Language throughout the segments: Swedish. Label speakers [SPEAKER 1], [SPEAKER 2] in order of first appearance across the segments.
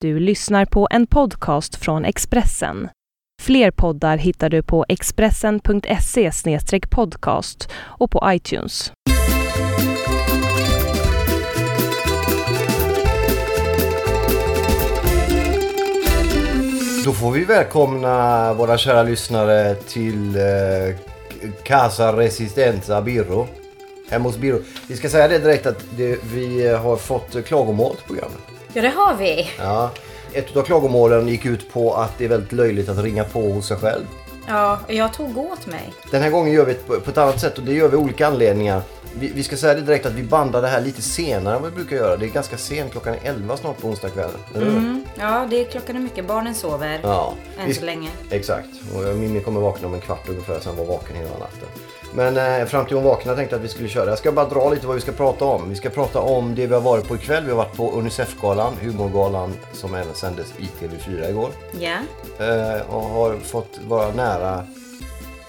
[SPEAKER 1] Du lyssnar på en podcast från Expressen. Fler poddar hittar du på expressen.se podcast och på iTunes.
[SPEAKER 2] Då får vi välkomna våra kära lyssnare till eh, Casa Resistenza Birro. Hemma hos Birro. Vi ska säga det direkt att det, vi har fått klagomål till programmet.
[SPEAKER 3] Ja, det har vi.
[SPEAKER 2] Ja. Ett av klagomålen gick ut på att det är väldigt löjligt att ringa på hos sig själv.
[SPEAKER 3] Ja, jag tog åt mig.
[SPEAKER 2] Den här gången gör vi det på på ett annat sätt och det gör vi av olika anledningar. Vi, vi ska säga det direkt att vi bandar det här lite senare än vad vi brukar göra. Det är ganska sent, klockan är 11 snart på onsdagskvällen. eller hur?
[SPEAKER 3] Ja, det är klockan är mycket. Barnen sover.
[SPEAKER 2] Ja.
[SPEAKER 3] Än
[SPEAKER 2] Vi-
[SPEAKER 3] så länge.
[SPEAKER 2] Exakt. Och jag- Mimmi kommer vakna om en kvart ungefär, sen var vaken hela natten. Men eh, fram till hon vaknar tänkte jag att vi skulle köra. Jag ska bara dra lite vad vi ska prata om. Vi ska prata om det vi har varit på ikväll. Vi har varit på Unicef-galan, humorgalan som även sändes i TV4 igår.
[SPEAKER 3] Ja.
[SPEAKER 2] Eh, och har fått vara nära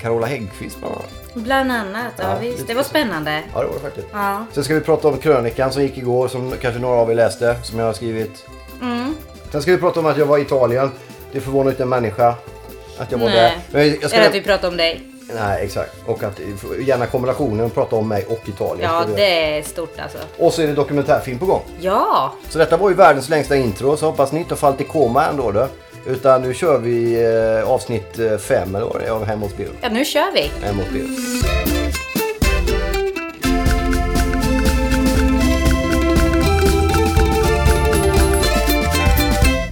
[SPEAKER 2] Carola Häggkvist bland annat.
[SPEAKER 3] Bland annat. Ja,
[SPEAKER 2] Ja,
[SPEAKER 3] visst.
[SPEAKER 2] lite
[SPEAKER 3] Det var
[SPEAKER 2] så.
[SPEAKER 3] spännande.
[SPEAKER 2] Ja, det var det faktiskt.
[SPEAKER 3] Ja.
[SPEAKER 2] Sen ska vi prata om krönikan som gick igår, som kanske några av er läste, som jag har skrivit.
[SPEAKER 3] Mm.
[SPEAKER 2] Sen ska vi prata om att jag var i Italien. Det förvånar inte en människa att jag var
[SPEAKER 3] Nej.
[SPEAKER 2] där. Men jag- jag ska-
[SPEAKER 3] Eller att vi pratar om dig.
[SPEAKER 2] Nej, exakt. Och att gärna kombinationen prata om mig och Italien.
[SPEAKER 3] Ja,
[SPEAKER 2] Skulle-
[SPEAKER 3] det är stort alltså.
[SPEAKER 2] Och så är det dokumentärfilm på gång.
[SPEAKER 3] Ja.
[SPEAKER 2] Så detta var ju världens längsta intro, så hoppas ni inte har fallit i koma ändå. Då. Utan nu kör vi eh, avsnitt 5 eller vad det är av Hem hos Birro.
[SPEAKER 3] Ja, nu kör vi.
[SPEAKER 2] Hem hos Birro.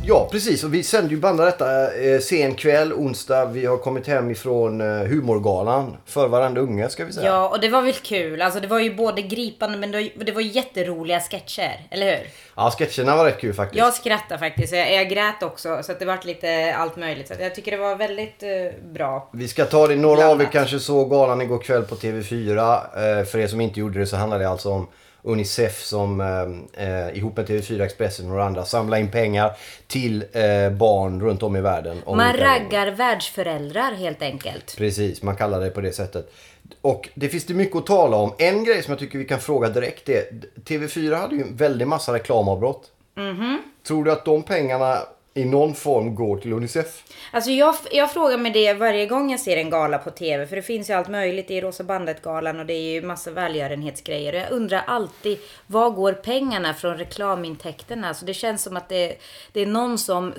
[SPEAKER 2] Ja, precis. Och vi sände ju bandar detta eh, sen kväll, onsdag. Vi har kommit hem ifrån eh, humorgalan. För varandra unge, ska vi säga.
[SPEAKER 3] Ja, och det var väl kul. Alltså det var ju både gripande men det var- det var jätteroliga sketcher, eller hur?
[SPEAKER 2] Ja, sketcherna var rätt kul faktiskt.
[SPEAKER 3] Jag skrattade faktiskt. Jag, jag grät också så att det vart lite allt möjligt. Så att jag tycker det var väldigt eh, bra.
[SPEAKER 2] Vi ska ta det, några
[SPEAKER 3] Bland
[SPEAKER 2] av er
[SPEAKER 3] annat.
[SPEAKER 2] kanske såg galan igår kväll på TV4. Eh, för er som inte gjorde det så handlar det alltså om Unicef som eh, eh, ihop med TV4 Expressen och några andra samlar in pengar till eh, barn runt om i världen. Om
[SPEAKER 3] Man
[SPEAKER 2] olika-
[SPEAKER 3] raggar världsföräldrar helt enkelt.
[SPEAKER 2] Precis, man kallar det på det sättet. Och det finns det mycket att tala om. En grej som jag tycker vi kan fråga direkt är TV4 hade ju en väldig massa reklamavbrott. Tror du att de pengarna i någon form går till Unicef?
[SPEAKER 3] Alltså jag, jag frågar mig det varje gång jag ser en gala på TV. För det finns ju allt möjligt. Det är Rosa Bandet-galan och det är ju massa välgörenhetsgrejer. Och jag undrar alltid, var går pengarna från reklamintäkterna? Alltså det känns som att det, det är någon som,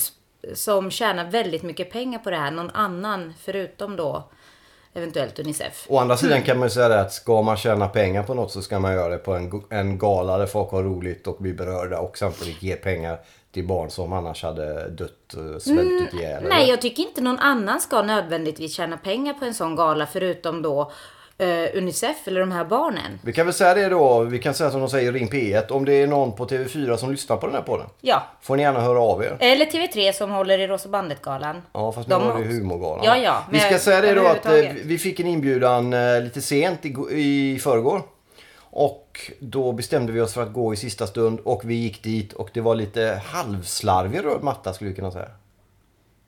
[SPEAKER 3] som tjänar väldigt mycket pengar på det här. Någon annan förutom då eventuellt Unicef.
[SPEAKER 2] Å andra sidan kan man ju säga det att ska man tjäna pengar på något så ska man göra det på en, go- en gala där folk har roligt och blir berörda och samtidigt ge pengar till barn som annars hade dött, eh, svältit ihjäl. eller?
[SPEAKER 3] Nej, jag tycker inte någon annan ska nödvändigtvis tjäna pengar på en sån gala förutom då eh, Unicef eller de här barnen.
[SPEAKER 2] Vi kan väl säga det då, vi kan säga som de säger i Ring P1, om det är någon på TV4 som lyssnar på den här podden.
[SPEAKER 3] Ja,
[SPEAKER 2] Får ni gärna höra av er.
[SPEAKER 3] Eller TV3 som håller i Rosa Bandet-galan.
[SPEAKER 2] Ja fast nu
[SPEAKER 3] De
[SPEAKER 2] var det
[SPEAKER 3] också.
[SPEAKER 2] ju humorgalan.
[SPEAKER 3] Ja, ja,
[SPEAKER 2] vi
[SPEAKER 3] men
[SPEAKER 2] ska säga det då att eh,
[SPEAKER 3] överhuvudtaget.
[SPEAKER 2] vi fick en inbjudan eh, lite sent i, i förrgår. Och då bestämde vi oss för att gå i sista stund och vi gick dit och det var lite halvslarvig röd matta skulle vi kunna säga.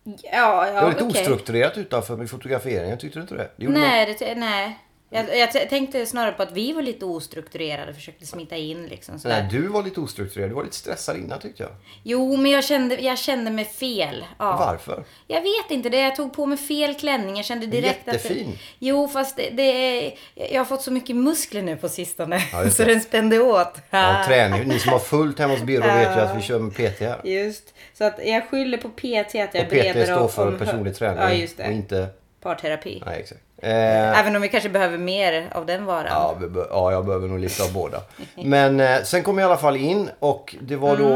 [SPEAKER 3] Ja, ja,
[SPEAKER 2] Det var lite
[SPEAKER 3] okej.
[SPEAKER 2] ostrukturerat utanför med fotograferingen, tyckte du inte det? det gjorde man-
[SPEAKER 3] Nej, det, ty- nej. Jag, jag t- tänkte snarare på att vi var lite ostrukturerade försökte smita in liksom sådär.
[SPEAKER 2] Nej, du var lite ostrukturerad. Du var lite stressad innan tyckte jag.
[SPEAKER 3] Jo, men jag kände, jag kände mig fel. Ja.
[SPEAKER 2] Varför?
[SPEAKER 3] Jag vet inte det. Jag tog på mig fel klänning. Jag kände direkt att...
[SPEAKER 2] Jättefin.
[SPEAKER 3] Det, jo, fast det, det är, Jag har fått så mycket muskler nu på sistone.
[SPEAKER 2] Ja, just
[SPEAKER 3] så
[SPEAKER 2] det.
[SPEAKER 3] den spände åt.
[SPEAKER 2] Ja, träning. Ni som har fullt hemma hos Birro vet ju att vi kör med PT här.
[SPEAKER 3] Just. Så att jag skyller på PT att jag
[SPEAKER 2] Och PT
[SPEAKER 3] bereder
[SPEAKER 2] står
[SPEAKER 3] om-
[SPEAKER 2] för
[SPEAKER 3] om-
[SPEAKER 2] personlig träning.
[SPEAKER 3] Ja, just
[SPEAKER 2] Och
[SPEAKER 3] det.
[SPEAKER 2] inte...
[SPEAKER 3] Parterapi.
[SPEAKER 2] Nej, exakt. Eh,
[SPEAKER 3] Även om vi kanske behöver mer av den varan.
[SPEAKER 2] Ja, vi bör- ja, jag behöver nog lite av båda. Men eh, sen kom jag i alla fall in och det var då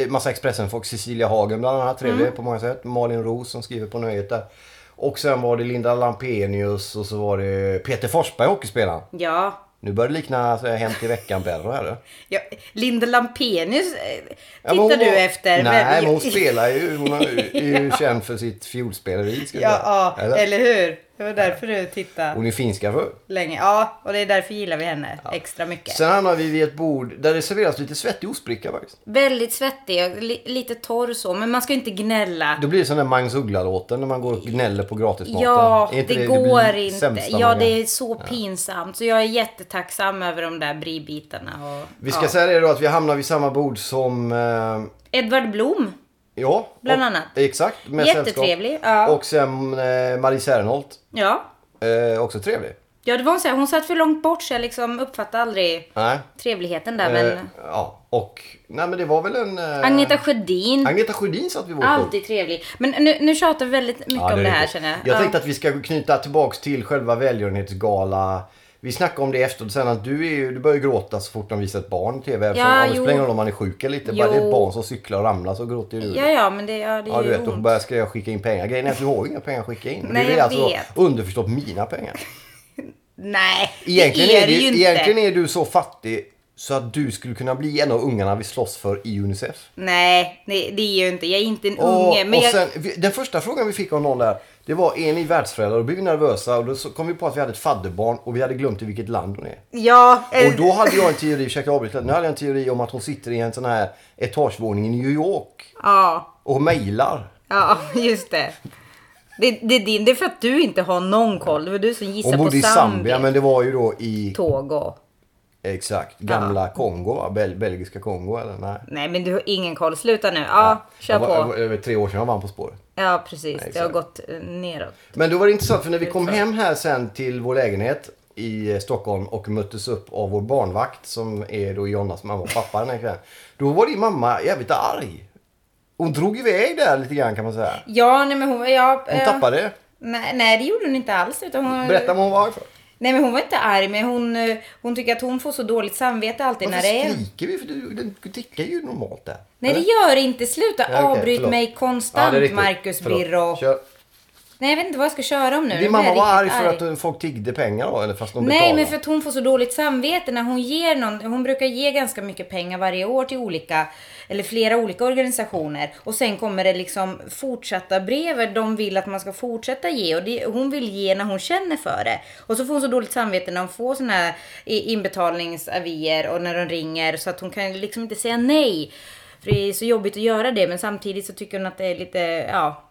[SPEAKER 2] eh, massa Expressen-folk. Cecilia Hagen bland annat, trevlig
[SPEAKER 3] Mm.
[SPEAKER 2] på många sätt. Malin Roos som skriver på Nöjet där. Och sen var det Linda Lampenius och så var det Peter Forsberg, hockeyspelaren.
[SPEAKER 3] Ja.
[SPEAKER 2] Nu börjar det likna så här, Hem till veckan-Berro här. du.
[SPEAKER 3] ja. Linda Lampenius eh,
[SPEAKER 2] Ja,
[SPEAKER 3] tittar
[SPEAKER 2] men hon
[SPEAKER 3] du
[SPEAKER 2] var-
[SPEAKER 3] efter.
[SPEAKER 2] Nej, men
[SPEAKER 3] men-
[SPEAKER 2] hon spelar ju. Hon är ju, är ju känd för sitt fiolspeleri. ska vi
[SPEAKER 3] Ja,
[SPEAKER 2] säga.
[SPEAKER 3] ja
[SPEAKER 2] Eller?
[SPEAKER 3] eller? hur? Det var därför du tittade
[SPEAKER 2] Hon är finska för.
[SPEAKER 3] länge. Ja, och det är därför gillar vi henne extra mycket.
[SPEAKER 2] Sen hamnar vi vid ett bord där det serveras lite svettig ostbricka faktiskt.
[SPEAKER 3] Väldigt svettig, och li- lite torr så, men man ska inte gnälla.
[SPEAKER 2] Då blir det sån där Magnus Uggla-låten när man går och gnäller på gratismaten.
[SPEAKER 3] Ja,
[SPEAKER 2] Är
[SPEAKER 3] det,
[SPEAKER 2] blir
[SPEAKER 3] går
[SPEAKER 2] det
[SPEAKER 3] inte.
[SPEAKER 2] sämsta
[SPEAKER 3] Ja,
[SPEAKER 2] man
[SPEAKER 3] det
[SPEAKER 2] kan-
[SPEAKER 3] är så pinsamt. Så jag är jättetacksam över de där bribitarna. Och,
[SPEAKER 2] Vi ska
[SPEAKER 3] ja.
[SPEAKER 2] säga det då att vi hamnar vid samma bord som... Eh,
[SPEAKER 3] Edvard Blom.
[SPEAKER 2] Ja,
[SPEAKER 3] Bland
[SPEAKER 2] och-
[SPEAKER 3] annat.
[SPEAKER 2] Exakt. Med
[SPEAKER 3] Jättetrevlig,
[SPEAKER 2] sällskap.
[SPEAKER 3] ja.
[SPEAKER 2] Och sen eh, Marie Serneholt.
[SPEAKER 3] Ja.
[SPEAKER 2] Eh, också trevlig.
[SPEAKER 3] Ja, det var hon så här, hon satt för långt bort så jag liksom uppfattade aldrig
[SPEAKER 2] Nej.
[SPEAKER 3] trevligheten där.
[SPEAKER 2] Eh,
[SPEAKER 3] Men
[SPEAKER 2] ja, och... Nej men det var väl en... Eh,
[SPEAKER 3] Agneta Sjödin,
[SPEAKER 2] Agneta Sjödin satt vid vårt bord.
[SPEAKER 3] alltid trevlig. Men nu, nu tjatar vi väldigt mycket
[SPEAKER 2] Ja,
[SPEAKER 3] om det
[SPEAKER 2] är
[SPEAKER 3] här
[SPEAKER 2] riktigt.
[SPEAKER 3] känner jag.
[SPEAKER 2] Jag
[SPEAKER 3] Ja.
[SPEAKER 2] tänkte att vi ska knyta tillbaks till själva välgörenhetsgala. Vi snackade om det efteråt sen att du, är, ju- du börjar ju gråta så fort de visar ett barn i TV.
[SPEAKER 3] Ja,
[SPEAKER 2] Ja, det
[SPEAKER 3] jo.
[SPEAKER 2] spelar ingen roll om man är sjuk eller inte. Bara det är ett
[SPEAKER 3] Jo.
[SPEAKER 2] barn som cyklar och ramlar så gråter ju du.
[SPEAKER 3] ja, ja, men det, ja, det är
[SPEAKER 2] Ja, du
[SPEAKER 3] ju
[SPEAKER 2] vet, och
[SPEAKER 3] ont.
[SPEAKER 2] börjar skriva skicka in pengar. Grejen är att du har ju inga pengar att skicka in.
[SPEAKER 3] Nej,
[SPEAKER 2] det är
[SPEAKER 3] jag
[SPEAKER 2] alltså
[SPEAKER 3] vet.
[SPEAKER 2] underförstått mina pengar.
[SPEAKER 3] Nej,
[SPEAKER 2] Egentligen,
[SPEAKER 3] det
[SPEAKER 2] är
[SPEAKER 3] är det
[SPEAKER 2] du,
[SPEAKER 3] ju inte.
[SPEAKER 2] egentligen är du så fattig så att du skulle kunna bli en av ungarna vi slåss för i Unicef.
[SPEAKER 3] Nej, nej, det är ju inte. Jag är inte en
[SPEAKER 2] Och,
[SPEAKER 3] unge. Men
[SPEAKER 2] och
[SPEAKER 3] jag...
[SPEAKER 2] sen, vi- Den första frågan vi fick av någon där, det var är ni världsföräldrar? Och då blev vi nervösa och då så kom vi på att vi hade ett fadderbarn och vi hade glömt i vilket land hon är.
[SPEAKER 3] Ja, eh,
[SPEAKER 2] Och då hade jag en teori, ursäkta avbryta, nu hade jag en teori om att hon sitter i en sån här etagevåning i New York
[SPEAKER 3] ja,
[SPEAKER 2] och mejlar.
[SPEAKER 3] ja, just det. Det, det, är din, det är för att du inte har någon koll. Det var du som
[SPEAKER 2] Hon
[SPEAKER 3] gissade på
[SPEAKER 2] bodde i Zambia men det var ju då i
[SPEAKER 3] Togo.
[SPEAKER 2] Exakt. Gamla Kongo va? Bel- Belgiska Kongo eller? Nej.
[SPEAKER 3] Nej, men du har ingen koll. Sluta nu. Ja, kör
[SPEAKER 2] jag var,
[SPEAKER 3] på.
[SPEAKER 2] jag var över tre år sedan jag vann På spåret.
[SPEAKER 3] Ja, precis. det har
[SPEAKER 2] exakt.
[SPEAKER 3] gått eh, neråt.
[SPEAKER 2] Men då var det intressant för när vi kom hem här sen till vår lägenhet i eh, Stockholm och möttes upp av vår barnvakt som är då Jonas mamma och pappa den här kvällen. Då var din mamma jävligt arg. Hon drog iväg där lite grann kan man säga.
[SPEAKER 3] Ja, nej men hon... Ja,
[SPEAKER 2] Hon
[SPEAKER 3] eh,
[SPEAKER 2] tappade det.
[SPEAKER 3] Nej, nej, det gjorde hon inte alls. Utan hon,
[SPEAKER 2] Berätta vad hon var arg för.
[SPEAKER 3] Nej, men hon var inte arg, men hon, eh, hon tycker att hon får så dåligt samvete alltid
[SPEAKER 2] Varför
[SPEAKER 3] när det är...
[SPEAKER 2] skriker vi? För du- den tickar ju normalt där.
[SPEAKER 3] Nej, det gör det inte. Sluta
[SPEAKER 2] Ja, okej,
[SPEAKER 3] avbryt
[SPEAKER 2] förlåt.
[SPEAKER 3] mig
[SPEAKER 2] Ja,
[SPEAKER 3] konstant,
[SPEAKER 2] det är riktigt.
[SPEAKER 3] Marcus
[SPEAKER 2] Förlåt.
[SPEAKER 3] Birro.
[SPEAKER 2] Kör.
[SPEAKER 3] Nej, jag vet inte vad jag ska köra om nu. Nu
[SPEAKER 2] Din
[SPEAKER 3] blir
[SPEAKER 2] mamma
[SPEAKER 3] jag
[SPEAKER 2] var arg
[SPEAKER 3] riktigt
[SPEAKER 2] för att folk tiggde pengar då? Eller fast de
[SPEAKER 3] Nej,
[SPEAKER 2] betalade?
[SPEAKER 3] men för att hon får så dåligt samvete när hon ger någon. Hon brukar ge ganska mycket pengar varje år till olika, eller flera olika organisationer. Och sen kommer det liksom fortsatta brev. De vill att man ska fortsätta ge och det, hon vill ge när hon känner för det. Och så får hon så dåligt samvete när hon får såna här i- inbetalningsavier och när de ringer så att hon kan liksom inte säga nej. För det är så jobbigt att göra det, men samtidigt så tycker hon att det är lite, ja.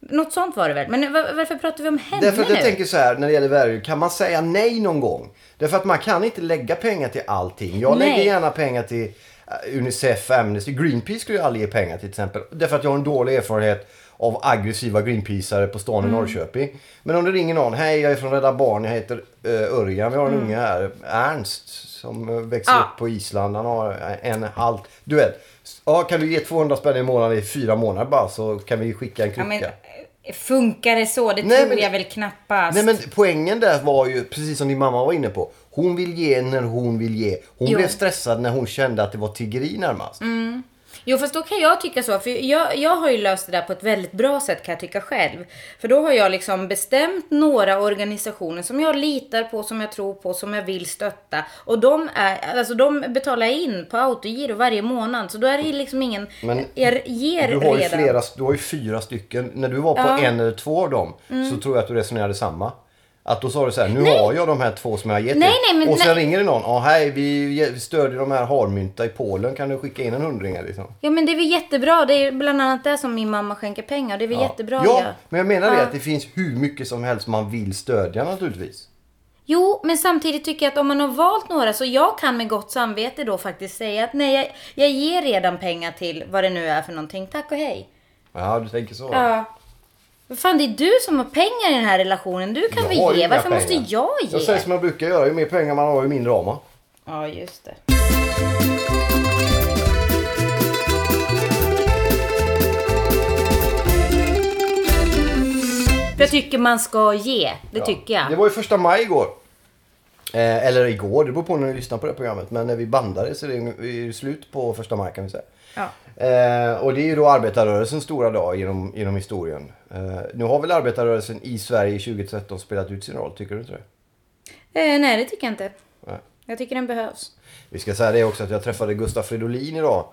[SPEAKER 3] Något sånt var det väl. Men va- varför pratar vi om henne
[SPEAKER 2] Därför att
[SPEAKER 3] nu?
[SPEAKER 2] jag tänker så här när det gäller värre, kan man säga nej någon gång? Därför att man kan inte lägga pengar till allting. Jag
[SPEAKER 3] Nej.
[SPEAKER 2] lägger gärna pengar till eh, Unicef, Amnesty, Greenpeace skulle jag aldrig ge pengar till till exempel. Därför att jag har en dålig erfarenhet av aggressiva Greenpeaceare på stan
[SPEAKER 3] Mm.
[SPEAKER 2] i Norrköping. Men om det ringer någon, hej jag är från Rädda Barn, jag heter eh, Örjan, vi har en unge här, Ernst, som eh, växer
[SPEAKER 3] Mm. Ah.
[SPEAKER 2] upp på Island, han har eh, en halv, du vet. Ja, kan du ge 200 spänn i månaden i fyra månader bara så kan vi skicka en
[SPEAKER 3] Ja,
[SPEAKER 2] krycka.
[SPEAKER 3] men, eh, funkar det så? Det
[SPEAKER 2] Nej,
[SPEAKER 3] tror
[SPEAKER 2] men-
[SPEAKER 3] jag väl knappast.
[SPEAKER 2] Nej men poängen där var ju, precis som din mamma var inne på. Hon vill ge när hon vill ge. Hon
[SPEAKER 3] Jo. Mm.
[SPEAKER 2] blev stressad när hon kände att det var tiggeri närmast.
[SPEAKER 3] Jo fast då kan jag tycka så, för jag, jag har ju löst det där på ett väldigt bra sätt kan jag tycka själv. För då har jag liksom bestämt några organisationer som jag litar på, som jag tror på, som jag vill stötta. Och de, är, alltså de betalar jag in på autogiro varje månad, så då är det liksom ingen...
[SPEAKER 2] Men
[SPEAKER 3] jag ger
[SPEAKER 2] Du har, ju
[SPEAKER 3] redan.
[SPEAKER 2] flera, du har ju fyra stycken. När du var på
[SPEAKER 3] Ja. Mm.
[SPEAKER 2] en eller två av dem så tror jag att du resonerade samma. Att då sa du så här, nu har jag de här två som jag har gett
[SPEAKER 3] Nej,
[SPEAKER 2] dig.
[SPEAKER 3] nej, men
[SPEAKER 2] Och sen
[SPEAKER 3] nej.
[SPEAKER 2] ringer det någon, ja hej vi ge- vi stödjer de här harmynta i Polen, kan du skicka in en hundring här, liksom?
[SPEAKER 3] Ja men det är väl jättebra, det är bland annat det som min mamma skänker pengar, det är väl jättebra
[SPEAKER 2] Ja,
[SPEAKER 3] ju.
[SPEAKER 2] men jag menar det att det finns hur mycket som helst man vill stödja naturligtvis.
[SPEAKER 3] Jo, men samtidigt tycker jag att om man har valt några så jag kan med gott samvete då faktiskt säga att nej, jag, jag ger redan pengar till vad det nu är för någonting. Tack och hej.
[SPEAKER 2] Ja, du tänker så.
[SPEAKER 3] Ja. Vad fan, det är du som har pengar i den här relationen. Du kan
[SPEAKER 2] Jag har
[SPEAKER 3] väl
[SPEAKER 2] ju
[SPEAKER 3] ge?
[SPEAKER 2] inga
[SPEAKER 3] Varför måste
[SPEAKER 2] pengar.
[SPEAKER 3] jag ge?
[SPEAKER 2] Jag säger som jag brukar göra, ju mer pengar man har ju mindre har man.
[SPEAKER 3] Ja, just det. För jag tycker man ska ge. Det tycker jag.
[SPEAKER 2] Det var ju första maj igår. Eh, eller igår, det beror på när du lyssnar på det här programmet. Men när vi bandade så är det ju slut på första maj kan vi säga.
[SPEAKER 3] Ja.
[SPEAKER 2] Eh, och det är ju då arbetarrörelsens stora dag genom, genom historien. Eh, nu har väl arbetarrörelsen i Sverige i 2013 spelat ut sin roll, tycker du inte det?
[SPEAKER 3] Eh, nej, det tycker jag inte.
[SPEAKER 2] Nej.
[SPEAKER 3] Jag tycker den behövs.
[SPEAKER 2] Vi ska säga det också att jag träffade Gustaf Fridolin idag.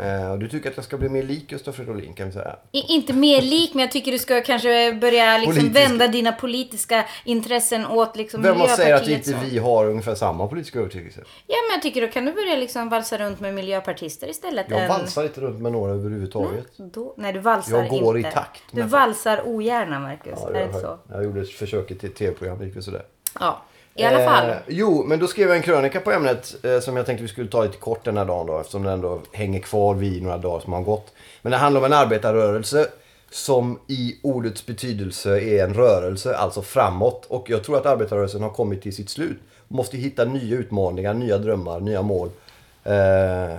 [SPEAKER 2] Eh, och du tycker att jag ska bli mer lik Gustaf Fridolin kan vi säga.
[SPEAKER 3] I- Inte mer lik, men jag tycker du ska kanske börja liksom
[SPEAKER 2] Politiska.
[SPEAKER 3] vända dina politiska intressen åt liksom
[SPEAKER 2] Vem har säger att
[SPEAKER 3] Miljöpartiet
[SPEAKER 2] inte
[SPEAKER 3] så.
[SPEAKER 2] vi har ungefär samma politiska övertygelse?
[SPEAKER 3] Ja, men jag tycker då kan du börja liksom valsa runt med miljöpartister istället.
[SPEAKER 2] Jag
[SPEAKER 3] än-
[SPEAKER 2] valsar inte runt med några överhuvudtaget.
[SPEAKER 3] Då, Ehm. nej, du valsar
[SPEAKER 2] Jag går i
[SPEAKER 3] inte.
[SPEAKER 2] takt
[SPEAKER 3] Du
[SPEAKER 2] med-
[SPEAKER 3] valsar ogärna, Marcus.
[SPEAKER 2] Ja,
[SPEAKER 3] är det
[SPEAKER 2] jag,
[SPEAKER 3] inte
[SPEAKER 2] hör-
[SPEAKER 3] så?
[SPEAKER 2] jag gjorde ett försök i ett tv-program, det gick väl sådär.
[SPEAKER 3] Ja. I alla fall.
[SPEAKER 2] Eh, jo, men då skrev jag en krönika på ämnet eh, som jag tänkte vi skulle ta lite kort den här dagen då eftersom den ändå hänger kvar vid några dagar som har gått. Men det handlar om en arbetarrörelse som i ordets betydelse är en rörelse, alltså framåt. Och jag tror att arbetarrörelsen har kommit till sitt slut. Måste hitta nya utmaningar, nya drömmar, nya mål. Eh,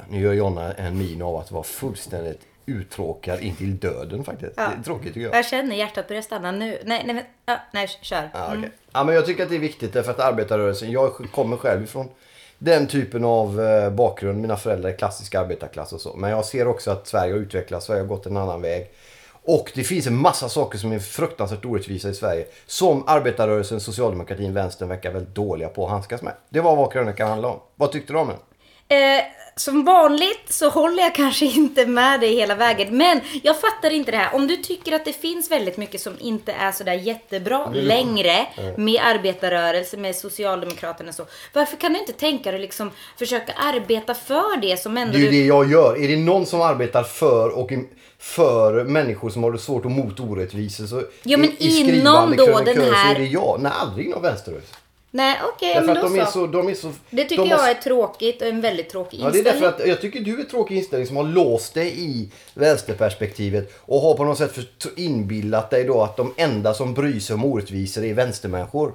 [SPEAKER 2] nu gör Jonna en min av att vara fullständigt uttråkad intill döden faktiskt. Det är tråkigt tycker jag.
[SPEAKER 3] Jag känner hjärtat börjar stanna nu. Nej, nej, men, ja, nej kör.
[SPEAKER 2] Ja, Ah, okej. ja, men jag tycker att det är viktigt därför att arbetarrörelsen, jag kommer själv ifrån den typen av eh, bakgrund. Mina föräldrar är klassisk arbetarklass och så. Men jag ser också att Sverige har utvecklats, Sverige har gått en annan väg. Och det finns en massa saker som är fruktansvärt orättvisa i Sverige. Som arbetarrörelsen, socialdemokratin, vänstern verkar väldigt dåliga på att handskas med. Det var vad krönikan handlade om. Vad tyckte du om den?
[SPEAKER 3] Eh, som vanligt så håller jag kanske inte med dig hela vägen, men jag fattar inte det här. Om du tycker att det finns väldigt mycket som inte är sådär jättebra längre med arbetarrörelsen, med Socialdemokraterna och så. Varför kan du inte tänka dig liksom försöka arbeta för det som ändå
[SPEAKER 2] Det är ju
[SPEAKER 3] du...
[SPEAKER 2] det jag gör. Är det någon som arbetar för och im- för människor som har det svårt och mot orättvisor så
[SPEAKER 3] Ja, men
[SPEAKER 2] i- i
[SPEAKER 3] inom
[SPEAKER 2] skrivande
[SPEAKER 3] då
[SPEAKER 2] krönikör
[SPEAKER 3] den
[SPEAKER 2] så
[SPEAKER 3] här-
[SPEAKER 2] är det jag. Nej, aldrig inom vänsterrörelsen.
[SPEAKER 3] Nej, okej,
[SPEAKER 2] Därför
[SPEAKER 3] men
[SPEAKER 2] att
[SPEAKER 3] då
[SPEAKER 2] de är
[SPEAKER 3] så.
[SPEAKER 2] så, de är så...
[SPEAKER 3] Det tycker
[SPEAKER 2] de har-
[SPEAKER 3] jag är tråkigt och en väldigt tråkig
[SPEAKER 2] Ja, det är
[SPEAKER 3] inställning.
[SPEAKER 2] därför att jag tycker du är en tråkig inställning som har låst dig i vänsterperspektivet och har på något sätt för- inbillat dig då att de enda som bryr sig om orättvisor är vänstermänniskor.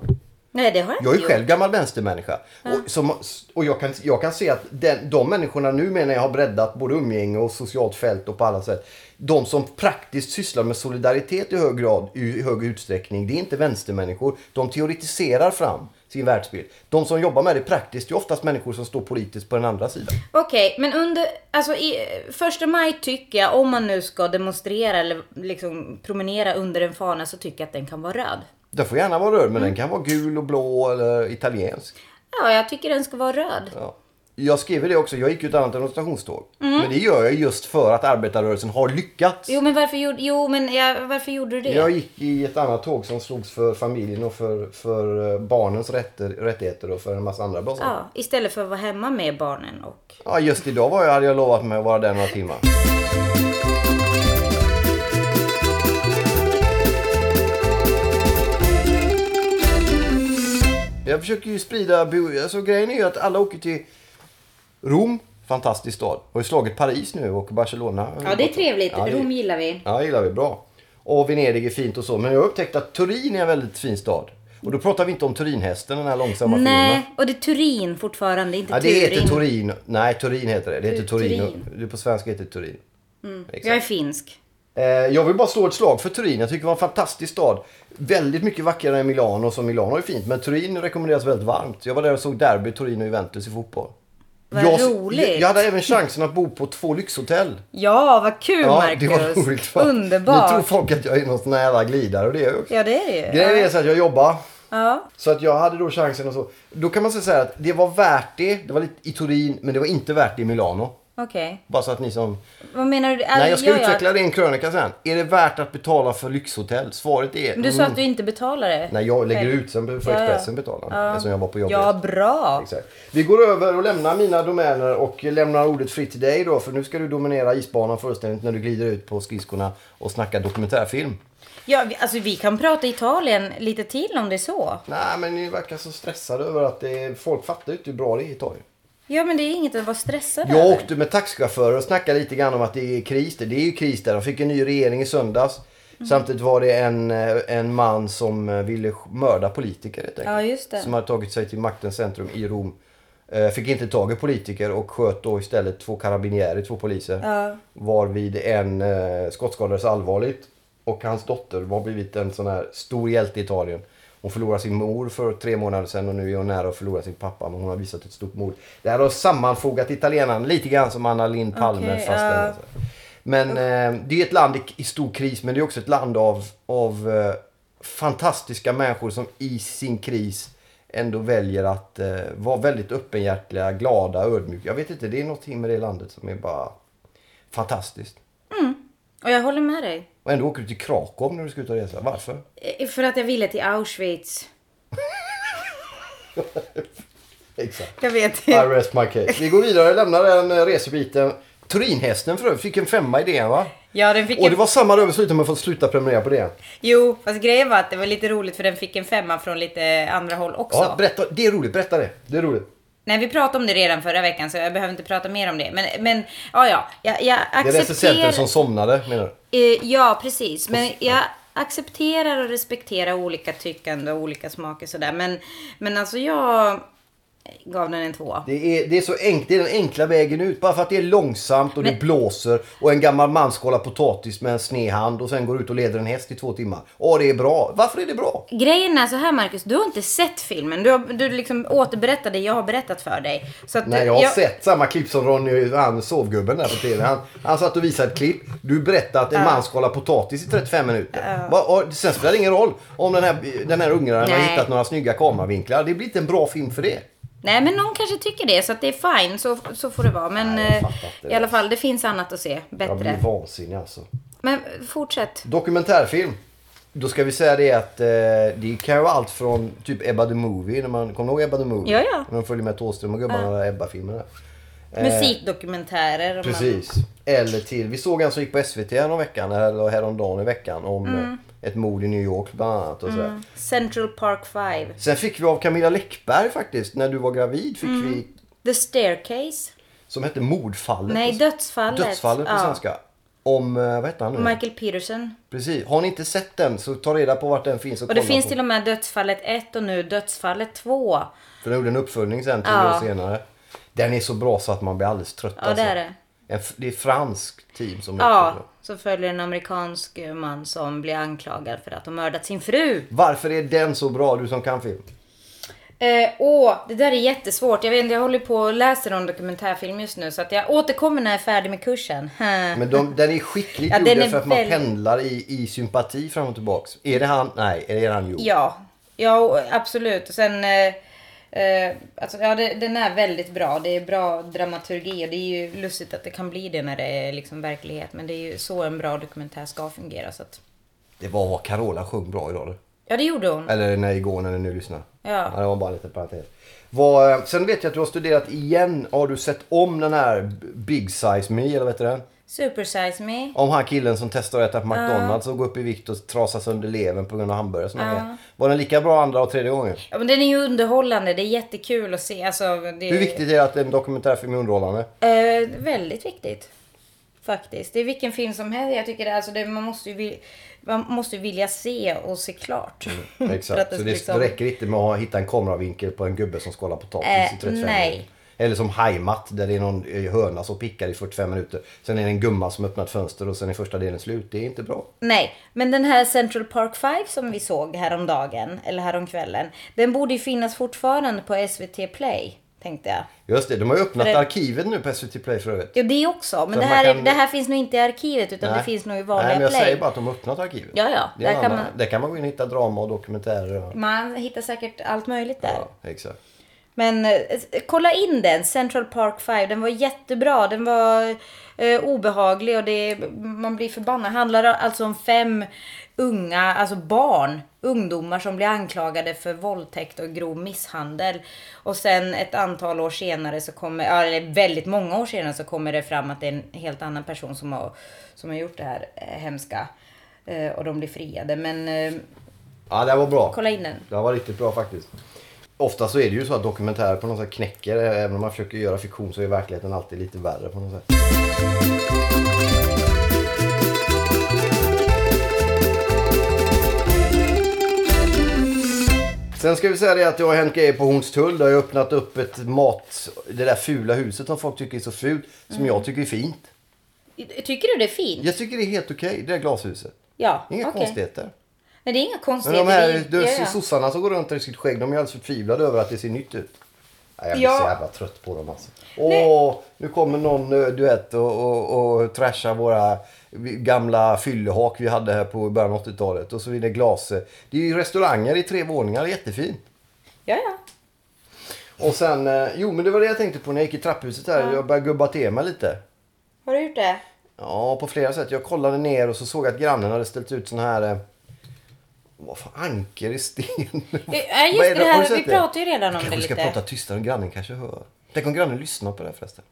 [SPEAKER 3] Nej, det har jag,
[SPEAKER 2] Jag är
[SPEAKER 3] inte
[SPEAKER 2] ju
[SPEAKER 3] gjort.
[SPEAKER 2] själv gammal vänstermänniska. Och, som, och jag, kan, jag kan se att den, de människorna nu menar jag har breddat både umgänge och socialt fält och på alla sätt. De som praktiskt sysslar med solidaritet i hög grad, i hög utsträckning, det är inte vänstermänniskor. De teoretiserar fram sin världsbild. De som jobbar med det praktiskt det är oftast människor som står politiskt på den andra sidan.
[SPEAKER 3] Okej, men under, alltså i, första maj tycker jag, om man nu ska demonstrera eller liksom promenera under en fana så tycker jag att den kan vara röd.
[SPEAKER 2] Den får gärna vara röd, men den kan vara gul och blå eller italiensk.
[SPEAKER 3] Ja, jag tycker den ska vara röd.
[SPEAKER 2] Ja. Jag skriver det också, jag gick ju ett annat demonstrationståg. Men det gör jag just för att arbetarrörelsen har lyckats.
[SPEAKER 3] Jo, men varför gjorde, jo, men jag, varför gjorde du det?
[SPEAKER 2] Jag gick i ett annat tåg som slogs för familjen och för, för eh, barnens rätter, rättigheter och för en massa andra bra saker.
[SPEAKER 3] Ja, istället för att vara hemma med barnen och...
[SPEAKER 2] Ja, just idag var jag, hade jag lovat mig att vara där några timmar. Jag försöker ju sprida... bu- Alltså, grejen är ju att alla åker till Rom. Fantastisk stad. Har ju slagit Paris nu och Barcelona.
[SPEAKER 3] Ja, det är trevligt.
[SPEAKER 2] Ja, det-
[SPEAKER 3] Rom gillar vi.
[SPEAKER 2] Ja, det gillar vi. Bra. Och Venedig är fint och så. Men jag har upptäckt att Turin är en väldigt fin stad. Och då pratar vi inte om Turinhästen, den här långsamma filmen.
[SPEAKER 3] Nej, och det är Turin fortfarande, inte
[SPEAKER 2] Ja, det
[SPEAKER 3] Turin.
[SPEAKER 2] heter Turin. Nej, Turin heter det. Det heter Turin.
[SPEAKER 3] Turin.
[SPEAKER 2] Det på svenska heter det Turin. Exakt.
[SPEAKER 3] Jag är finsk.
[SPEAKER 2] Eh, Jag vill bara slå ett slag för Turin. Jag tycker det var en fantastisk stad. Väldigt mycket vackrare än Milano, som Milano är fint. Men Turin rekommenderas väldigt varmt. Jag var där och såg derby, Turin och Juventus i fotboll.
[SPEAKER 3] Vad
[SPEAKER 2] jag,
[SPEAKER 3] roligt.
[SPEAKER 2] Jag hade även chansen att bo på två lyxhotell.
[SPEAKER 3] Ja, vad kul Marcus!
[SPEAKER 2] det var roligt. va?
[SPEAKER 3] Underbart!
[SPEAKER 2] Nu tror folk att jag är någon sån här jävla glidare och det är jag också.
[SPEAKER 3] Ja, det är det ju.
[SPEAKER 2] Grejen är så att jag jobbar.
[SPEAKER 3] Ja.
[SPEAKER 2] Så att jag hade då chansen och så. Då kan man säga så här att det var värt det. Det var lite i Turin, men det var inte värt det i Milano.
[SPEAKER 3] Okej.
[SPEAKER 2] Bara så att ni som...
[SPEAKER 3] Vad menar du? Alltså,
[SPEAKER 2] Nej, jag ska
[SPEAKER 3] Gör
[SPEAKER 2] utveckla det i en krönika sen. Är det värt att betala för lyxhotell? Svaret är... Mm.
[SPEAKER 3] Men Du sa att du inte betalar det.
[SPEAKER 2] Nej, jag lägger
[SPEAKER 3] Själv.
[SPEAKER 2] ut sen för
[SPEAKER 3] Ja, ja.
[SPEAKER 2] Expressen betalar. Eftersom jag var på jobbet.
[SPEAKER 3] Ja, bra.
[SPEAKER 2] Exakt. Vi går över och lämnar mina domäner och lämnar ordet fritt till dig då. För nu ska du dominera isbanan fullständigt när du glider ut på skridskorna och snackar dokumentärfilm.
[SPEAKER 3] Ja, vi, alltså vi kan prata Italien lite till om det är så.
[SPEAKER 2] Nej, men ni verkar så stressade över att det är... folk fattar ju inte hur bra det är i Italien.
[SPEAKER 3] Ja, men det är inget att vara stressad
[SPEAKER 2] Jag
[SPEAKER 3] över.
[SPEAKER 2] åkte med taxichaufförer och snackade lite grann om att det är kris där. Det är ju kris där. De fick en ny regering i söndags.
[SPEAKER 3] Mm.
[SPEAKER 2] Samtidigt var det en, eh, en man som eh, ville sk- mörda politiker helt enkelt.
[SPEAKER 3] Ja, just det.
[SPEAKER 2] Som hade tagit sig till maktens centrum i Rom. Eh, Fick inte tag i politiker och sköt då istället två karabinjärer, två poliser.
[SPEAKER 3] Ja.
[SPEAKER 2] Varvid en eh, skottskadades allvarligt. Och hans dotter har blivit en sån här stor hjälte i Italien. Hon förlorade sin mor för tre månader sedan och nu är hon nära att förlora sin pappa. Men hon har visat ett stort mod. Det här har sammanfogat italienaren lite grann som Anna Lindh Palme.
[SPEAKER 3] Okej,
[SPEAKER 2] fast den-
[SPEAKER 3] ja.
[SPEAKER 2] alltså. Men eh, det är ett land i, i stor kris men det är också ett land av, av eh, fantastiska människor som i sin kris ändå väljer att eh, vara väldigt öppenhjärtiga, glada, ödmjuka. Jag vet inte, det är någonting med det landet som är bara fantastiskt.
[SPEAKER 3] Och jag håller med dig.
[SPEAKER 2] Och ändå åker du till Krakow när du ska ut och resa. Varför?
[SPEAKER 3] Eh, För att jag ville till Auschwitz.
[SPEAKER 2] Exakt.
[SPEAKER 3] Jag vet.
[SPEAKER 2] I rest my case. Vi går vidare och lämnar den eh, resebiten. Turinhästen för övrigt. Fick en femma i det va?
[SPEAKER 3] Ja, den fick
[SPEAKER 2] Och det
[SPEAKER 3] en...
[SPEAKER 2] var samma röverslut om man fått sluta prenumerera på det.
[SPEAKER 3] Jo, fast grejen var att det var lite roligt för den fick en femma från lite andra håll också.
[SPEAKER 2] Ja, berätta. Det är roligt. Berätta det. Det är roligt.
[SPEAKER 3] Nej, vi pratade om det redan förra veckan så jag behöver inte prata mer om det. Men, men ja, ja. Jag, jag
[SPEAKER 2] Det är recensenter
[SPEAKER 3] accepterar...
[SPEAKER 2] som somnade menar du?
[SPEAKER 3] Eh, ja, precis. Men jag accepterar och respekterar olika tyckande och olika smaker sådär. Men, men alltså jag gav den en tvåa.
[SPEAKER 2] Det är, det är så enk, det är den enkla vägen ut. Bara för att det är långsamt och det blåser och en gammal man skålar potatis med en sned hand och sen går ut och leder en häst i två timmar. Åh, det är bra. Varför är det bra?
[SPEAKER 3] Grejen är så här Marcus, du har inte sett filmen. Du, har, du liksom återberättar det jag har berättat för dig. Så att
[SPEAKER 2] Nej, jag har sett samma klipp som Ronny, han sovgubben där på TV. Han, han satt och visade ett klipp. Du berättade att en man skalar potatis i 35 minuter. Va, och sen spelar det ingen roll om den här, den här ungraren har
[SPEAKER 3] Nej.
[SPEAKER 2] hittat några snygga kameravinklar. Det blir inte en bra film för det.
[SPEAKER 3] Nej men någon kanske tycker det så att det är fine. Så, så får det vara. Men
[SPEAKER 2] Nej, jag
[SPEAKER 3] eh,
[SPEAKER 2] fattar inte
[SPEAKER 3] i
[SPEAKER 2] det.
[SPEAKER 3] alla fall, det finns annat att se.
[SPEAKER 2] Jag
[SPEAKER 3] Bättre.
[SPEAKER 2] blir vansinnig alltså.
[SPEAKER 3] Men fortsätt.
[SPEAKER 2] Dokumentärfilm. Då ska vi säga det att eh, det kan ju vara allt från typ Ebba the Movie. När man, kommer du ihåg Ebba the Movie?
[SPEAKER 3] Ja, ja.
[SPEAKER 2] När de följer med Thåström och gubbarna i Ebba-filmerna.
[SPEAKER 3] Musikdokumentärer. om
[SPEAKER 2] Eh, Precis. Eller till, vi såg en som gick på SVT härom veckan, eller häromdagen i veckan om
[SPEAKER 3] Mm.
[SPEAKER 2] eh, ett mord i New York bland annat. Och sådär.
[SPEAKER 3] man- Central Park 5.
[SPEAKER 2] Sen fick vi av Camilla Läckberg faktiskt, när du var gravid, fick
[SPEAKER 3] Mm.
[SPEAKER 2] vi
[SPEAKER 3] The Staircase.
[SPEAKER 2] som hette Mordfallet.
[SPEAKER 3] Nej,
[SPEAKER 2] på-
[SPEAKER 3] Dödsfallet.
[SPEAKER 2] Dödsfallet på
[SPEAKER 3] Ja.
[SPEAKER 2] svenska. Om, eh, vad heter han nu?
[SPEAKER 3] Michael Peterson.
[SPEAKER 2] Precis. Har ni inte sett den så ta reda på vart den finns och,
[SPEAKER 3] Och det
[SPEAKER 2] kolla
[SPEAKER 3] finns
[SPEAKER 2] på.
[SPEAKER 3] till och med Dödsfallet 1 och nu Dödsfallet 2.
[SPEAKER 2] För de gjorde en uppföljning sen, tio
[SPEAKER 3] Ja.
[SPEAKER 2] år senare. Den är så bra så att man blir alldeles trött. alltså.
[SPEAKER 3] Ja, det är det.
[SPEAKER 2] En f- det är fransk team som
[SPEAKER 3] Ja,
[SPEAKER 2] gjort den.
[SPEAKER 3] så följer en amerikansk man som blir anklagad för att ha mördat sin fru.
[SPEAKER 2] Varför är den så bra, du som kan film?
[SPEAKER 3] Eh, åh, det där är jättesvårt. Jag vet inte, jag håller på och läser om dokumentärfilm just nu så att jag återkommer när jag är färdig med kursen. Huh.
[SPEAKER 2] Men de, den är skickligt
[SPEAKER 3] Ja,
[SPEAKER 2] gjord
[SPEAKER 3] den är
[SPEAKER 2] för att man
[SPEAKER 3] väldigt-
[SPEAKER 2] pendlar i, i sympati fram och tillbaks. Är det han? Nej, är det han? Jo.
[SPEAKER 3] Ja, ja och- absolut. Och sen, eh, eh, alltså, ja, det, den är väldigt bra. Det är bra dramaturgi och det är ju lustigt att det kan bli det när det är liksom verklighet. Men det är ju så en bra dokumentär ska fungera. Så att,
[SPEAKER 2] Det var vad Carola sjöng bra idag. du.
[SPEAKER 3] ja, det gjorde hon.
[SPEAKER 2] Eller när igår när ni nu lyssnar.
[SPEAKER 3] Ja.
[SPEAKER 2] det var bara lite parentes. Vad, eh, sen vet jag att du har studerat igen. Har du sett om den här Big Size Me eller vad heter den?
[SPEAKER 3] Super Size Me.
[SPEAKER 2] Om han killen som testar att äta på McDonalds och går upp i vikt och trasar sönder levern på grund av hamburgare som han är. Var den lika bra andra och tredje gången?
[SPEAKER 3] Ja, men den är ju underhållande. Det är jättekul att se. Alltså, det,
[SPEAKER 2] Hur viktigt är det att en dokumentärfilm är underhållande?
[SPEAKER 3] Eh, väldigt viktigt. Faktiskt. Det är vilken film som helst. Jag tycker det, alltså det, man, måste ju, vil- man måste ju vilja se och se klart. För att
[SPEAKER 2] Mm, Exakt. Så det
[SPEAKER 3] liksom-
[SPEAKER 2] räcker inte med att hitta en kameravinkel på en gubbe som skålar potatis
[SPEAKER 3] Eh,
[SPEAKER 2] i 35
[SPEAKER 3] nej.
[SPEAKER 2] minuter. Eller som Heimat där det är någon eh, hörna som pickar i 45 minuter. Sen är det en gumma som öppnar ett fönster och sen är första delen slut. Det är inte bra.
[SPEAKER 3] Nej, men den här Central Park 5 som vi såg häromdagen, eller häromkvällen. Den borde ju finnas fortfarande på SVT Play, tänkte jag.
[SPEAKER 2] Just det, de har ju öppnat
[SPEAKER 3] det-
[SPEAKER 2] arkivet nu på SVT Play för övrigt.
[SPEAKER 3] Ja, det också. Men
[SPEAKER 2] Så
[SPEAKER 3] det
[SPEAKER 2] man
[SPEAKER 3] här, är-
[SPEAKER 2] kan-
[SPEAKER 3] det här finns nog inte i arkivet, utan
[SPEAKER 2] Nej.
[SPEAKER 3] det finns nog i
[SPEAKER 2] Nej,
[SPEAKER 3] vanliga
[SPEAKER 2] men jag
[SPEAKER 3] Play.
[SPEAKER 2] säger bara att de har öppnat arkivet.
[SPEAKER 3] Ja, ja.
[SPEAKER 2] Det är en
[SPEAKER 3] Där kan
[SPEAKER 2] annan-
[SPEAKER 3] man-
[SPEAKER 2] Där kan man gå in och hitta drama och dokumentärer. och-
[SPEAKER 3] Man hittar säkert allt möjligt där.
[SPEAKER 2] Ja, exakt.
[SPEAKER 3] Men eh, kolla in den, Central Park 5. Den var jättebra. Den var eh, obehaglig och det, man blir förbannad. Handlar alltså om fem unga, alltså barn, ungdomar som blir anklagade för våldtäkt och grov misshandel. Och sen ett antal år senare så kommer, ja, eller väldigt många år senare så kommer det fram att det är en helt annan person som har, som har gjort det här eh, hemska. Eh, och de blir friade. Men eh,
[SPEAKER 2] Ja, det var bra.
[SPEAKER 3] kolla in den.
[SPEAKER 2] Det var riktigt bra faktiskt. Ofta så är det ju så att dokumentärer på något sätt knäcker. Även om man försöker göra fiktion så är verkligheten alltid lite värre på något sätt. Sen ska vi säga det att jag och Henke är på Hornstull. Där har jag öppnat upp ett mat... Det där fula huset som folk tycker är så fult. Som
[SPEAKER 3] Mm.
[SPEAKER 2] jag tycker är fint.
[SPEAKER 3] Tycker du det är fint?
[SPEAKER 2] Jag tycker det är helt okej, det där glashuset.
[SPEAKER 3] Ja,
[SPEAKER 2] Inga
[SPEAKER 3] okej.
[SPEAKER 2] konstigheter.
[SPEAKER 3] Nej, det är inga
[SPEAKER 2] Men de
[SPEAKER 3] konstigheter. det är
[SPEAKER 2] här
[SPEAKER 3] ju-
[SPEAKER 2] du,
[SPEAKER 3] ja, ja.
[SPEAKER 2] sossarna som går runt i sitt skägg, de är alldeles förtvivlade över att det ser nytt ut. Nej, jag blir
[SPEAKER 3] Ja.
[SPEAKER 2] så jävla trött på dem alltså. Åh, nu kommer någon eh, du vet och, och, och trashar våra gamla fyllehak vi hade här på början av 80-talet. Och så är det glas. Det är ju restauranger i tre våningar, det är jättefint.
[SPEAKER 3] ja, ja.
[SPEAKER 2] Och sen, eh, jo men det var det jag tänkte på när jag gick i trapphuset här. Jag började gubba till mig lite.
[SPEAKER 3] Har du gjort det?
[SPEAKER 2] Ja, på flera sätt. Jag kollade ner och så såg jag att grannen hade ställt ut såna här... eh, Vad fan, anker i sten?
[SPEAKER 3] Eh, Ja, just
[SPEAKER 2] Vad
[SPEAKER 3] det här.
[SPEAKER 2] Har du sett
[SPEAKER 3] Vi pratade ju redan om
[SPEAKER 2] Kanske
[SPEAKER 3] det
[SPEAKER 2] vi ska
[SPEAKER 3] lite.
[SPEAKER 2] prata tystare, grannen kanske hör. Tänk om grannen lyssnar på det här förresten.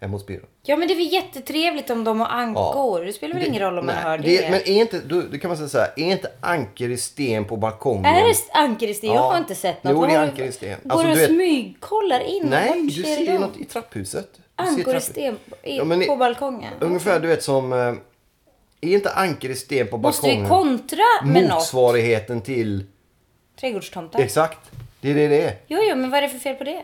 [SPEAKER 2] än mot Spiro.
[SPEAKER 3] Ja, men det är väl jättetrevligt om de har ankor. Det spelar väl ingen roll om man
[SPEAKER 2] nej,
[SPEAKER 3] hör det.
[SPEAKER 2] Men är inte, då, då kan man säga så här, är inte anker i sten på balkongen?
[SPEAKER 3] Är det anker i sten? Jag har inte sett något.
[SPEAKER 2] Jo, det är
[SPEAKER 3] Har-
[SPEAKER 2] anker i sten.
[SPEAKER 3] Går
[SPEAKER 2] Alltså, du
[SPEAKER 3] du och
[SPEAKER 2] vet-
[SPEAKER 3] smygkollar in?
[SPEAKER 2] Nej,
[SPEAKER 3] Vart
[SPEAKER 2] du
[SPEAKER 3] det
[SPEAKER 2] ser
[SPEAKER 3] dem?
[SPEAKER 2] något i trapphuset. Du ser
[SPEAKER 3] Ankor i
[SPEAKER 2] trapphuset.
[SPEAKER 3] sten i,
[SPEAKER 2] Ja, men ni-
[SPEAKER 3] på balkongen?
[SPEAKER 2] Ungefär, du vet som... eh, Är inte anker i sten på
[SPEAKER 3] Måste
[SPEAKER 2] balkongen?
[SPEAKER 3] ju kontra med något.
[SPEAKER 2] Motsvarigheten till...
[SPEAKER 3] Trädgårdstomtar.
[SPEAKER 2] Exakt. Det är det det är.
[SPEAKER 3] Jo, jo, men vad är det för fel på det?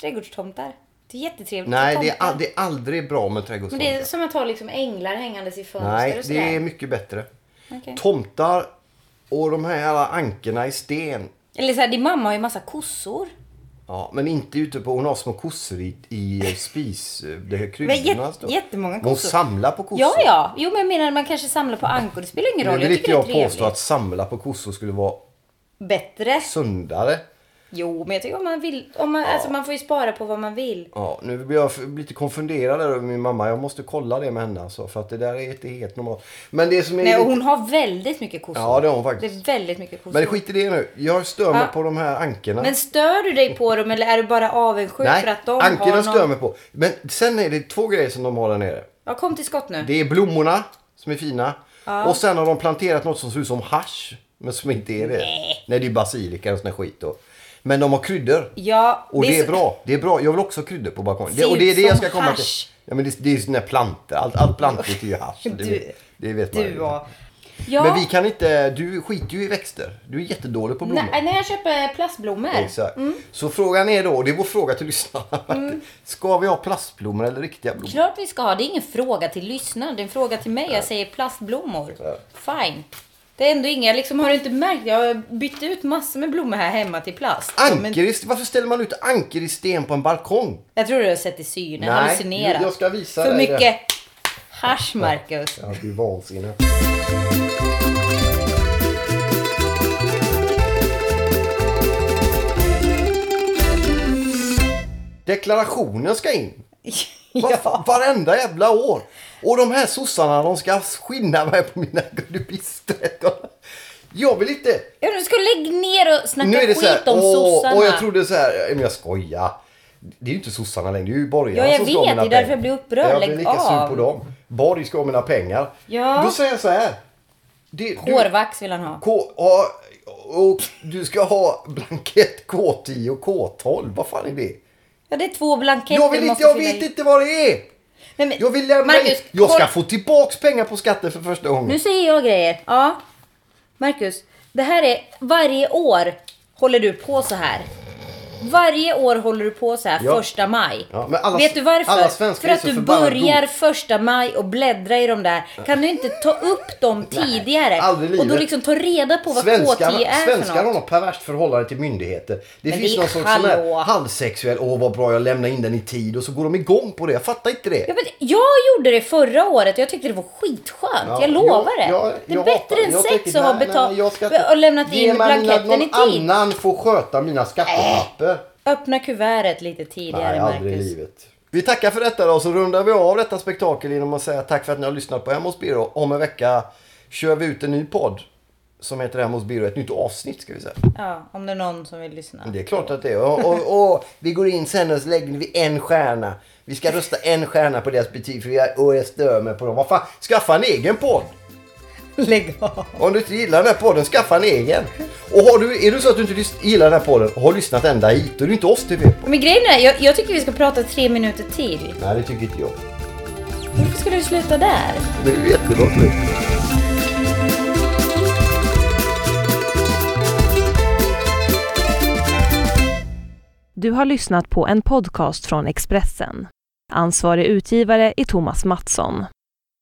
[SPEAKER 3] Trädgårdstomtar. Det är jättetrevligt
[SPEAKER 2] Nej,
[SPEAKER 3] med
[SPEAKER 2] det är,
[SPEAKER 3] tomtar.
[SPEAKER 2] all, det är aldrig bra med
[SPEAKER 3] Men
[SPEAKER 2] trädgårdstomtar.
[SPEAKER 3] det är som att ha liksom änglar hängandes i fönster
[SPEAKER 2] Nej,
[SPEAKER 3] och sådär.
[SPEAKER 2] det är mycket bättre.
[SPEAKER 3] Okej.
[SPEAKER 2] Tomtar och de här alla ankorna i sten.
[SPEAKER 3] Eller såhär, din mamma har ju massa kossor.
[SPEAKER 2] Ja, men inte ute på... Hon har små kossor i, i spis... eh, Det här
[SPEAKER 3] Men jät-
[SPEAKER 2] kryddorna. står.
[SPEAKER 3] jättemånga
[SPEAKER 2] Hon
[SPEAKER 3] kossor.
[SPEAKER 2] samlar på kossor.
[SPEAKER 3] Ja, ja. Jo, men jag menar man kanske samlar på ankor. Det spelar ingen
[SPEAKER 2] Nu
[SPEAKER 3] roll.
[SPEAKER 2] vill
[SPEAKER 3] Jag
[SPEAKER 2] inte
[SPEAKER 3] tycker det är
[SPEAKER 2] jag
[SPEAKER 3] trevligt.
[SPEAKER 2] påstå att samla på kossor skulle vara
[SPEAKER 3] Bättre.
[SPEAKER 2] sundare.
[SPEAKER 3] Jo, men jag tycker om man vill. Om man, Alltså man får ju spara på vad man vill.
[SPEAKER 2] Ja, nu blir jag f- lite konfunderad där över min mamma. Jag måste kolla det med henne alltså, för att det där är inte helt normalt. Men det som är...
[SPEAKER 3] Nej,
[SPEAKER 2] lite-
[SPEAKER 3] och hon har väldigt mycket kossor.
[SPEAKER 2] Ja, det har hon
[SPEAKER 3] Det
[SPEAKER 2] faktiskt.
[SPEAKER 3] är väldigt mycket kossor.
[SPEAKER 2] Men skit i det nu. Jag stör mig
[SPEAKER 3] Ja.
[SPEAKER 2] på de här ankorna.
[SPEAKER 3] Men stör du dig på dem eller är du bara avundsjuk
[SPEAKER 2] Nej,
[SPEAKER 3] för att de har
[SPEAKER 2] ankorna
[SPEAKER 3] någon...
[SPEAKER 2] stör mig på. Men sen är det två grejer som de har där nere.
[SPEAKER 3] Ja, kom till skott nu.
[SPEAKER 2] Det är blommorna som är fina. Och sen har de planterat något som ser ut som hasch. Men som inte är det.
[SPEAKER 3] Nej.
[SPEAKER 2] Nej, det är basilika och sån här skit då. Men de har kryddor.
[SPEAKER 3] Ja,
[SPEAKER 2] Och det är
[SPEAKER 3] så-
[SPEAKER 2] bra. Det är bra. Jag vill också ha kryddor på balkongen. Det,
[SPEAKER 3] Ser
[SPEAKER 2] och det är
[SPEAKER 3] ut
[SPEAKER 2] det jag
[SPEAKER 3] som
[SPEAKER 2] ska komma till.
[SPEAKER 3] hasch.
[SPEAKER 2] Ja, men det, det är ju såna här plantor. Allt, allt plantigt är ju hasch.
[SPEAKER 3] Du-
[SPEAKER 2] Det, det vet man
[SPEAKER 3] Du
[SPEAKER 2] ju.
[SPEAKER 3] och... Ja.
[SPEAKER 2] Men vi kan inte... Du skiter ju i växter. Du är jättedålig på blommor.
[SPEAKER 3] Nej, nej, jag köper plastblommor.
[SPEAKER 2] Exakt. Så frågan är då, och det är vår fråga till lyssnarna. Ska vi ha plastblommor eller riktiga blommor?
[SPEAKER 3] Klart vi ska ha. Det är ingen fråga till lyssnaren. Det är en fråga till mig. Jag säger plastblommor. Fine. Det är ändå inga, jag liksom har du inte märkt? Jag har bytt ut massor med blommor här hemma till plast.
[SPEAKER 2] Anker i, varför ställer man ut anker i sten på en balkong?
[SPEAKER 3] Jag tror du har sett i synen,
[SPEAKER 2] Nej,
[SPEAKER 3] hallucinerat.
[SPEAKER 2] jag ska visa
[SPEAKER 3] För
[SPEAKER 2] dig det.
[SPEAKER 3] mycket hasch, Marcus.
[SPEAKER 2] Ja, det är vansinne. Deklarationen ska in. Va- Varenda jävla år. Och de här sossarna, de ska skinna mig på mina godibister. Jag vill inte...
[SPEAKER 3] Ja, du ska lägga ner och snacka
[SPEAKER 2] Nu är det
[SPEAKER 3] skit
[SPEAKER 2] så här,
[SPEAKER 3] om sossarna.
[SPEAKER 2] åh, åh, jag trodde så här, ja, men jag skojar. Det är ju inte sossarna längre, det är ju borgarna
[SPEAKER 3] Ja, jag
[SPEAKER 2] som ska ha
[SPEAKER 3] vet,
[SPEAKER 2] mina
[SPEAKER 3] det är därför
[SPEAKER 2] pengar.
[SPEAKER 3] jag blir upprörd.
[SPEAKER 2] Jag blir
[SPEAKER 3] Lägg
[SPEAKER 2] lika
[SPEAKER 3] av.
[SPEAKER 2] sur på dem. Borg ska ha mina pengar.
[SPEAKER 3] Ja.
[SPEAKER 2] Då säger jag så här. Det, du-
[SPEAKER 3] Hårvax vill han ha.
[SPEAKER 2] K, ja, och du ska ha blankett K10 och K12. Vad fan är det?
[SPEAKER 3] Ja, det är två blanketter
[SPEAKER 2] Jag, vill
[SPEAKER 3] du
[SPEAKER 2] inte,
[SPEAKER 3] måste
[SPEAKER 2] jag
[SPEAKER 3] fylla i.
[SPEAKER 2] vet inte vad det är!
[SPEAKER 3] Nej, men,
[SPEAKER 2] Jag vill lämna in-
[SPEAKER 3] Marcus,
[SPEAKER 2] Jag ska
[SPEAKER 3] kolla-
[SPEAKER 2] få tillbaks pengar på skatten för första gången.
[SPEAKER 3] Nu säger jag grejer. Ja. Marcus, det här är... Varje år håller du på så här. Varje år håller du på så här
[SPEAKER 2] Ja.
[SPEAKER 3] första maj.
[SPEAKER 2] Ja, men alla-
[SPEAKER 3] Vet du varför?
[SPEAKER 2] alla svenskar
[SPEAKER 3] För
[SPEAKER 2] är
[SPEAKER 3] att
[SPEAKER 2] så
[SPEAKER 3] du
[SPEAKER 2] förbannat
[SPEAKER 3] börjar första maj och bläddra i de där. Kan du inte ta upp dem tidigare?
[SPEAKER 2] aldrig i
[SPEAKER 3] och då
[SPEAKER 2] livet.
[SPEAKER 3] liksom ta reda på vad
[SPEAKER 2] Svenskar,
[SPEAKER 3] K10 är
[SPEAKER 2] svenskar
[SPEAKER 3] för
[SPEAKER 2] har
[SPEAKER 3] något.
[SPEAKER 2] något perverst förhållande till myndigheter. Det
[SPEAKER 3] Men
[SPEAKER 2] finns
[SPEAKER 3] det är
[SPEAKER 2] någon sorts sån här
[SPEAKER 3] hallå.
[SPEAKER 2] halvsexuell, åh vad bra jag lämnar in den i tid och så går de igång på det. Jag fattar inte det.
[SPEAKER 3] Ja, men jag gjorde det förra året och jag tyckte det var skitskönt.
[SPEAKER 2] Ja,
[SPEAKER 3] jag lovar
[SPEAKER 2] jag-
[SPEAKER 3] det.
[SPEAKER 2] jag-
[SPEAKER 3] det är
[SPEAKER 2] jag
[SPEAKER 3] bättre
[SPEAKER 2] hatar-
[SPEAKER 3] än
[SPEAKER 2] jag
[SPEAKER 3] sex
[SPEAKER 2] tänker,
[SPEAKER 3] att ha
[SPEAKER 2] nej, nej,
[SPEAKER 3] betalt
[SPEAKER 2] nej, jag ska inte-
[SPEAKER 3] och lämnat
[SPEAKER 2] Ge
[SPEAKER 3] in
[SPEAKER 2] mig mina-
[SPEAKER 3] blanketten i
[SPEAKER 2] Någon
[SPEAKER 3] tid.
[SPEAKER 2] annan får sköta mina skattepapper.
[SPEAKER 3] Öppna kuvertet lite tidigare
[SPEAKER 2] Nej,
[SPEAKER 3] Marcus.
[SPEAKER 2] aldrig i livet. Vi tackar för detta då, och så rundar vi av detta spektakel genom att säga tack för att ni har lyssnat på Hemma hos Birro. Om en vecka kör vi ut en ny podd som heter Hemma hos Birro. Ett nytt avsnitt ska vi säga.
[SPEAKER 3] Ja, om det är någon som vill lyssna.
[SPEAKER 2] Det är klart att det är. Och, och, och vi går in sen och så lägger vi en stjärna. Vi ska rösta en stjärna på deras betyg för jag, och jag stör mig på dem. Vad fan, skaffa en egen podd!
[SPEAKER 3] Lägg av.
[SPEAKER 2] Om du inte gillar den här podden, skaffa en egen! Och har du, är du så att du inte lys- gillar den här podden och har lyssnat ända hit, då är det inte oss du vet på.
[SPEAKER 3] Men grejen är, jag, jag tycker vi ska prata tre minuter till.
[SPEAKER 2] Nej, det tycker inte jag.
[SPEAKER 3] Varför skulle vi sluta där?
[SPEAKER 2] Det är ju jättebra slut.
[SPEAKER 1] Du har lyssnat på en podcast från Expressen. Ansvarig utgivare är Thomas Mattsson.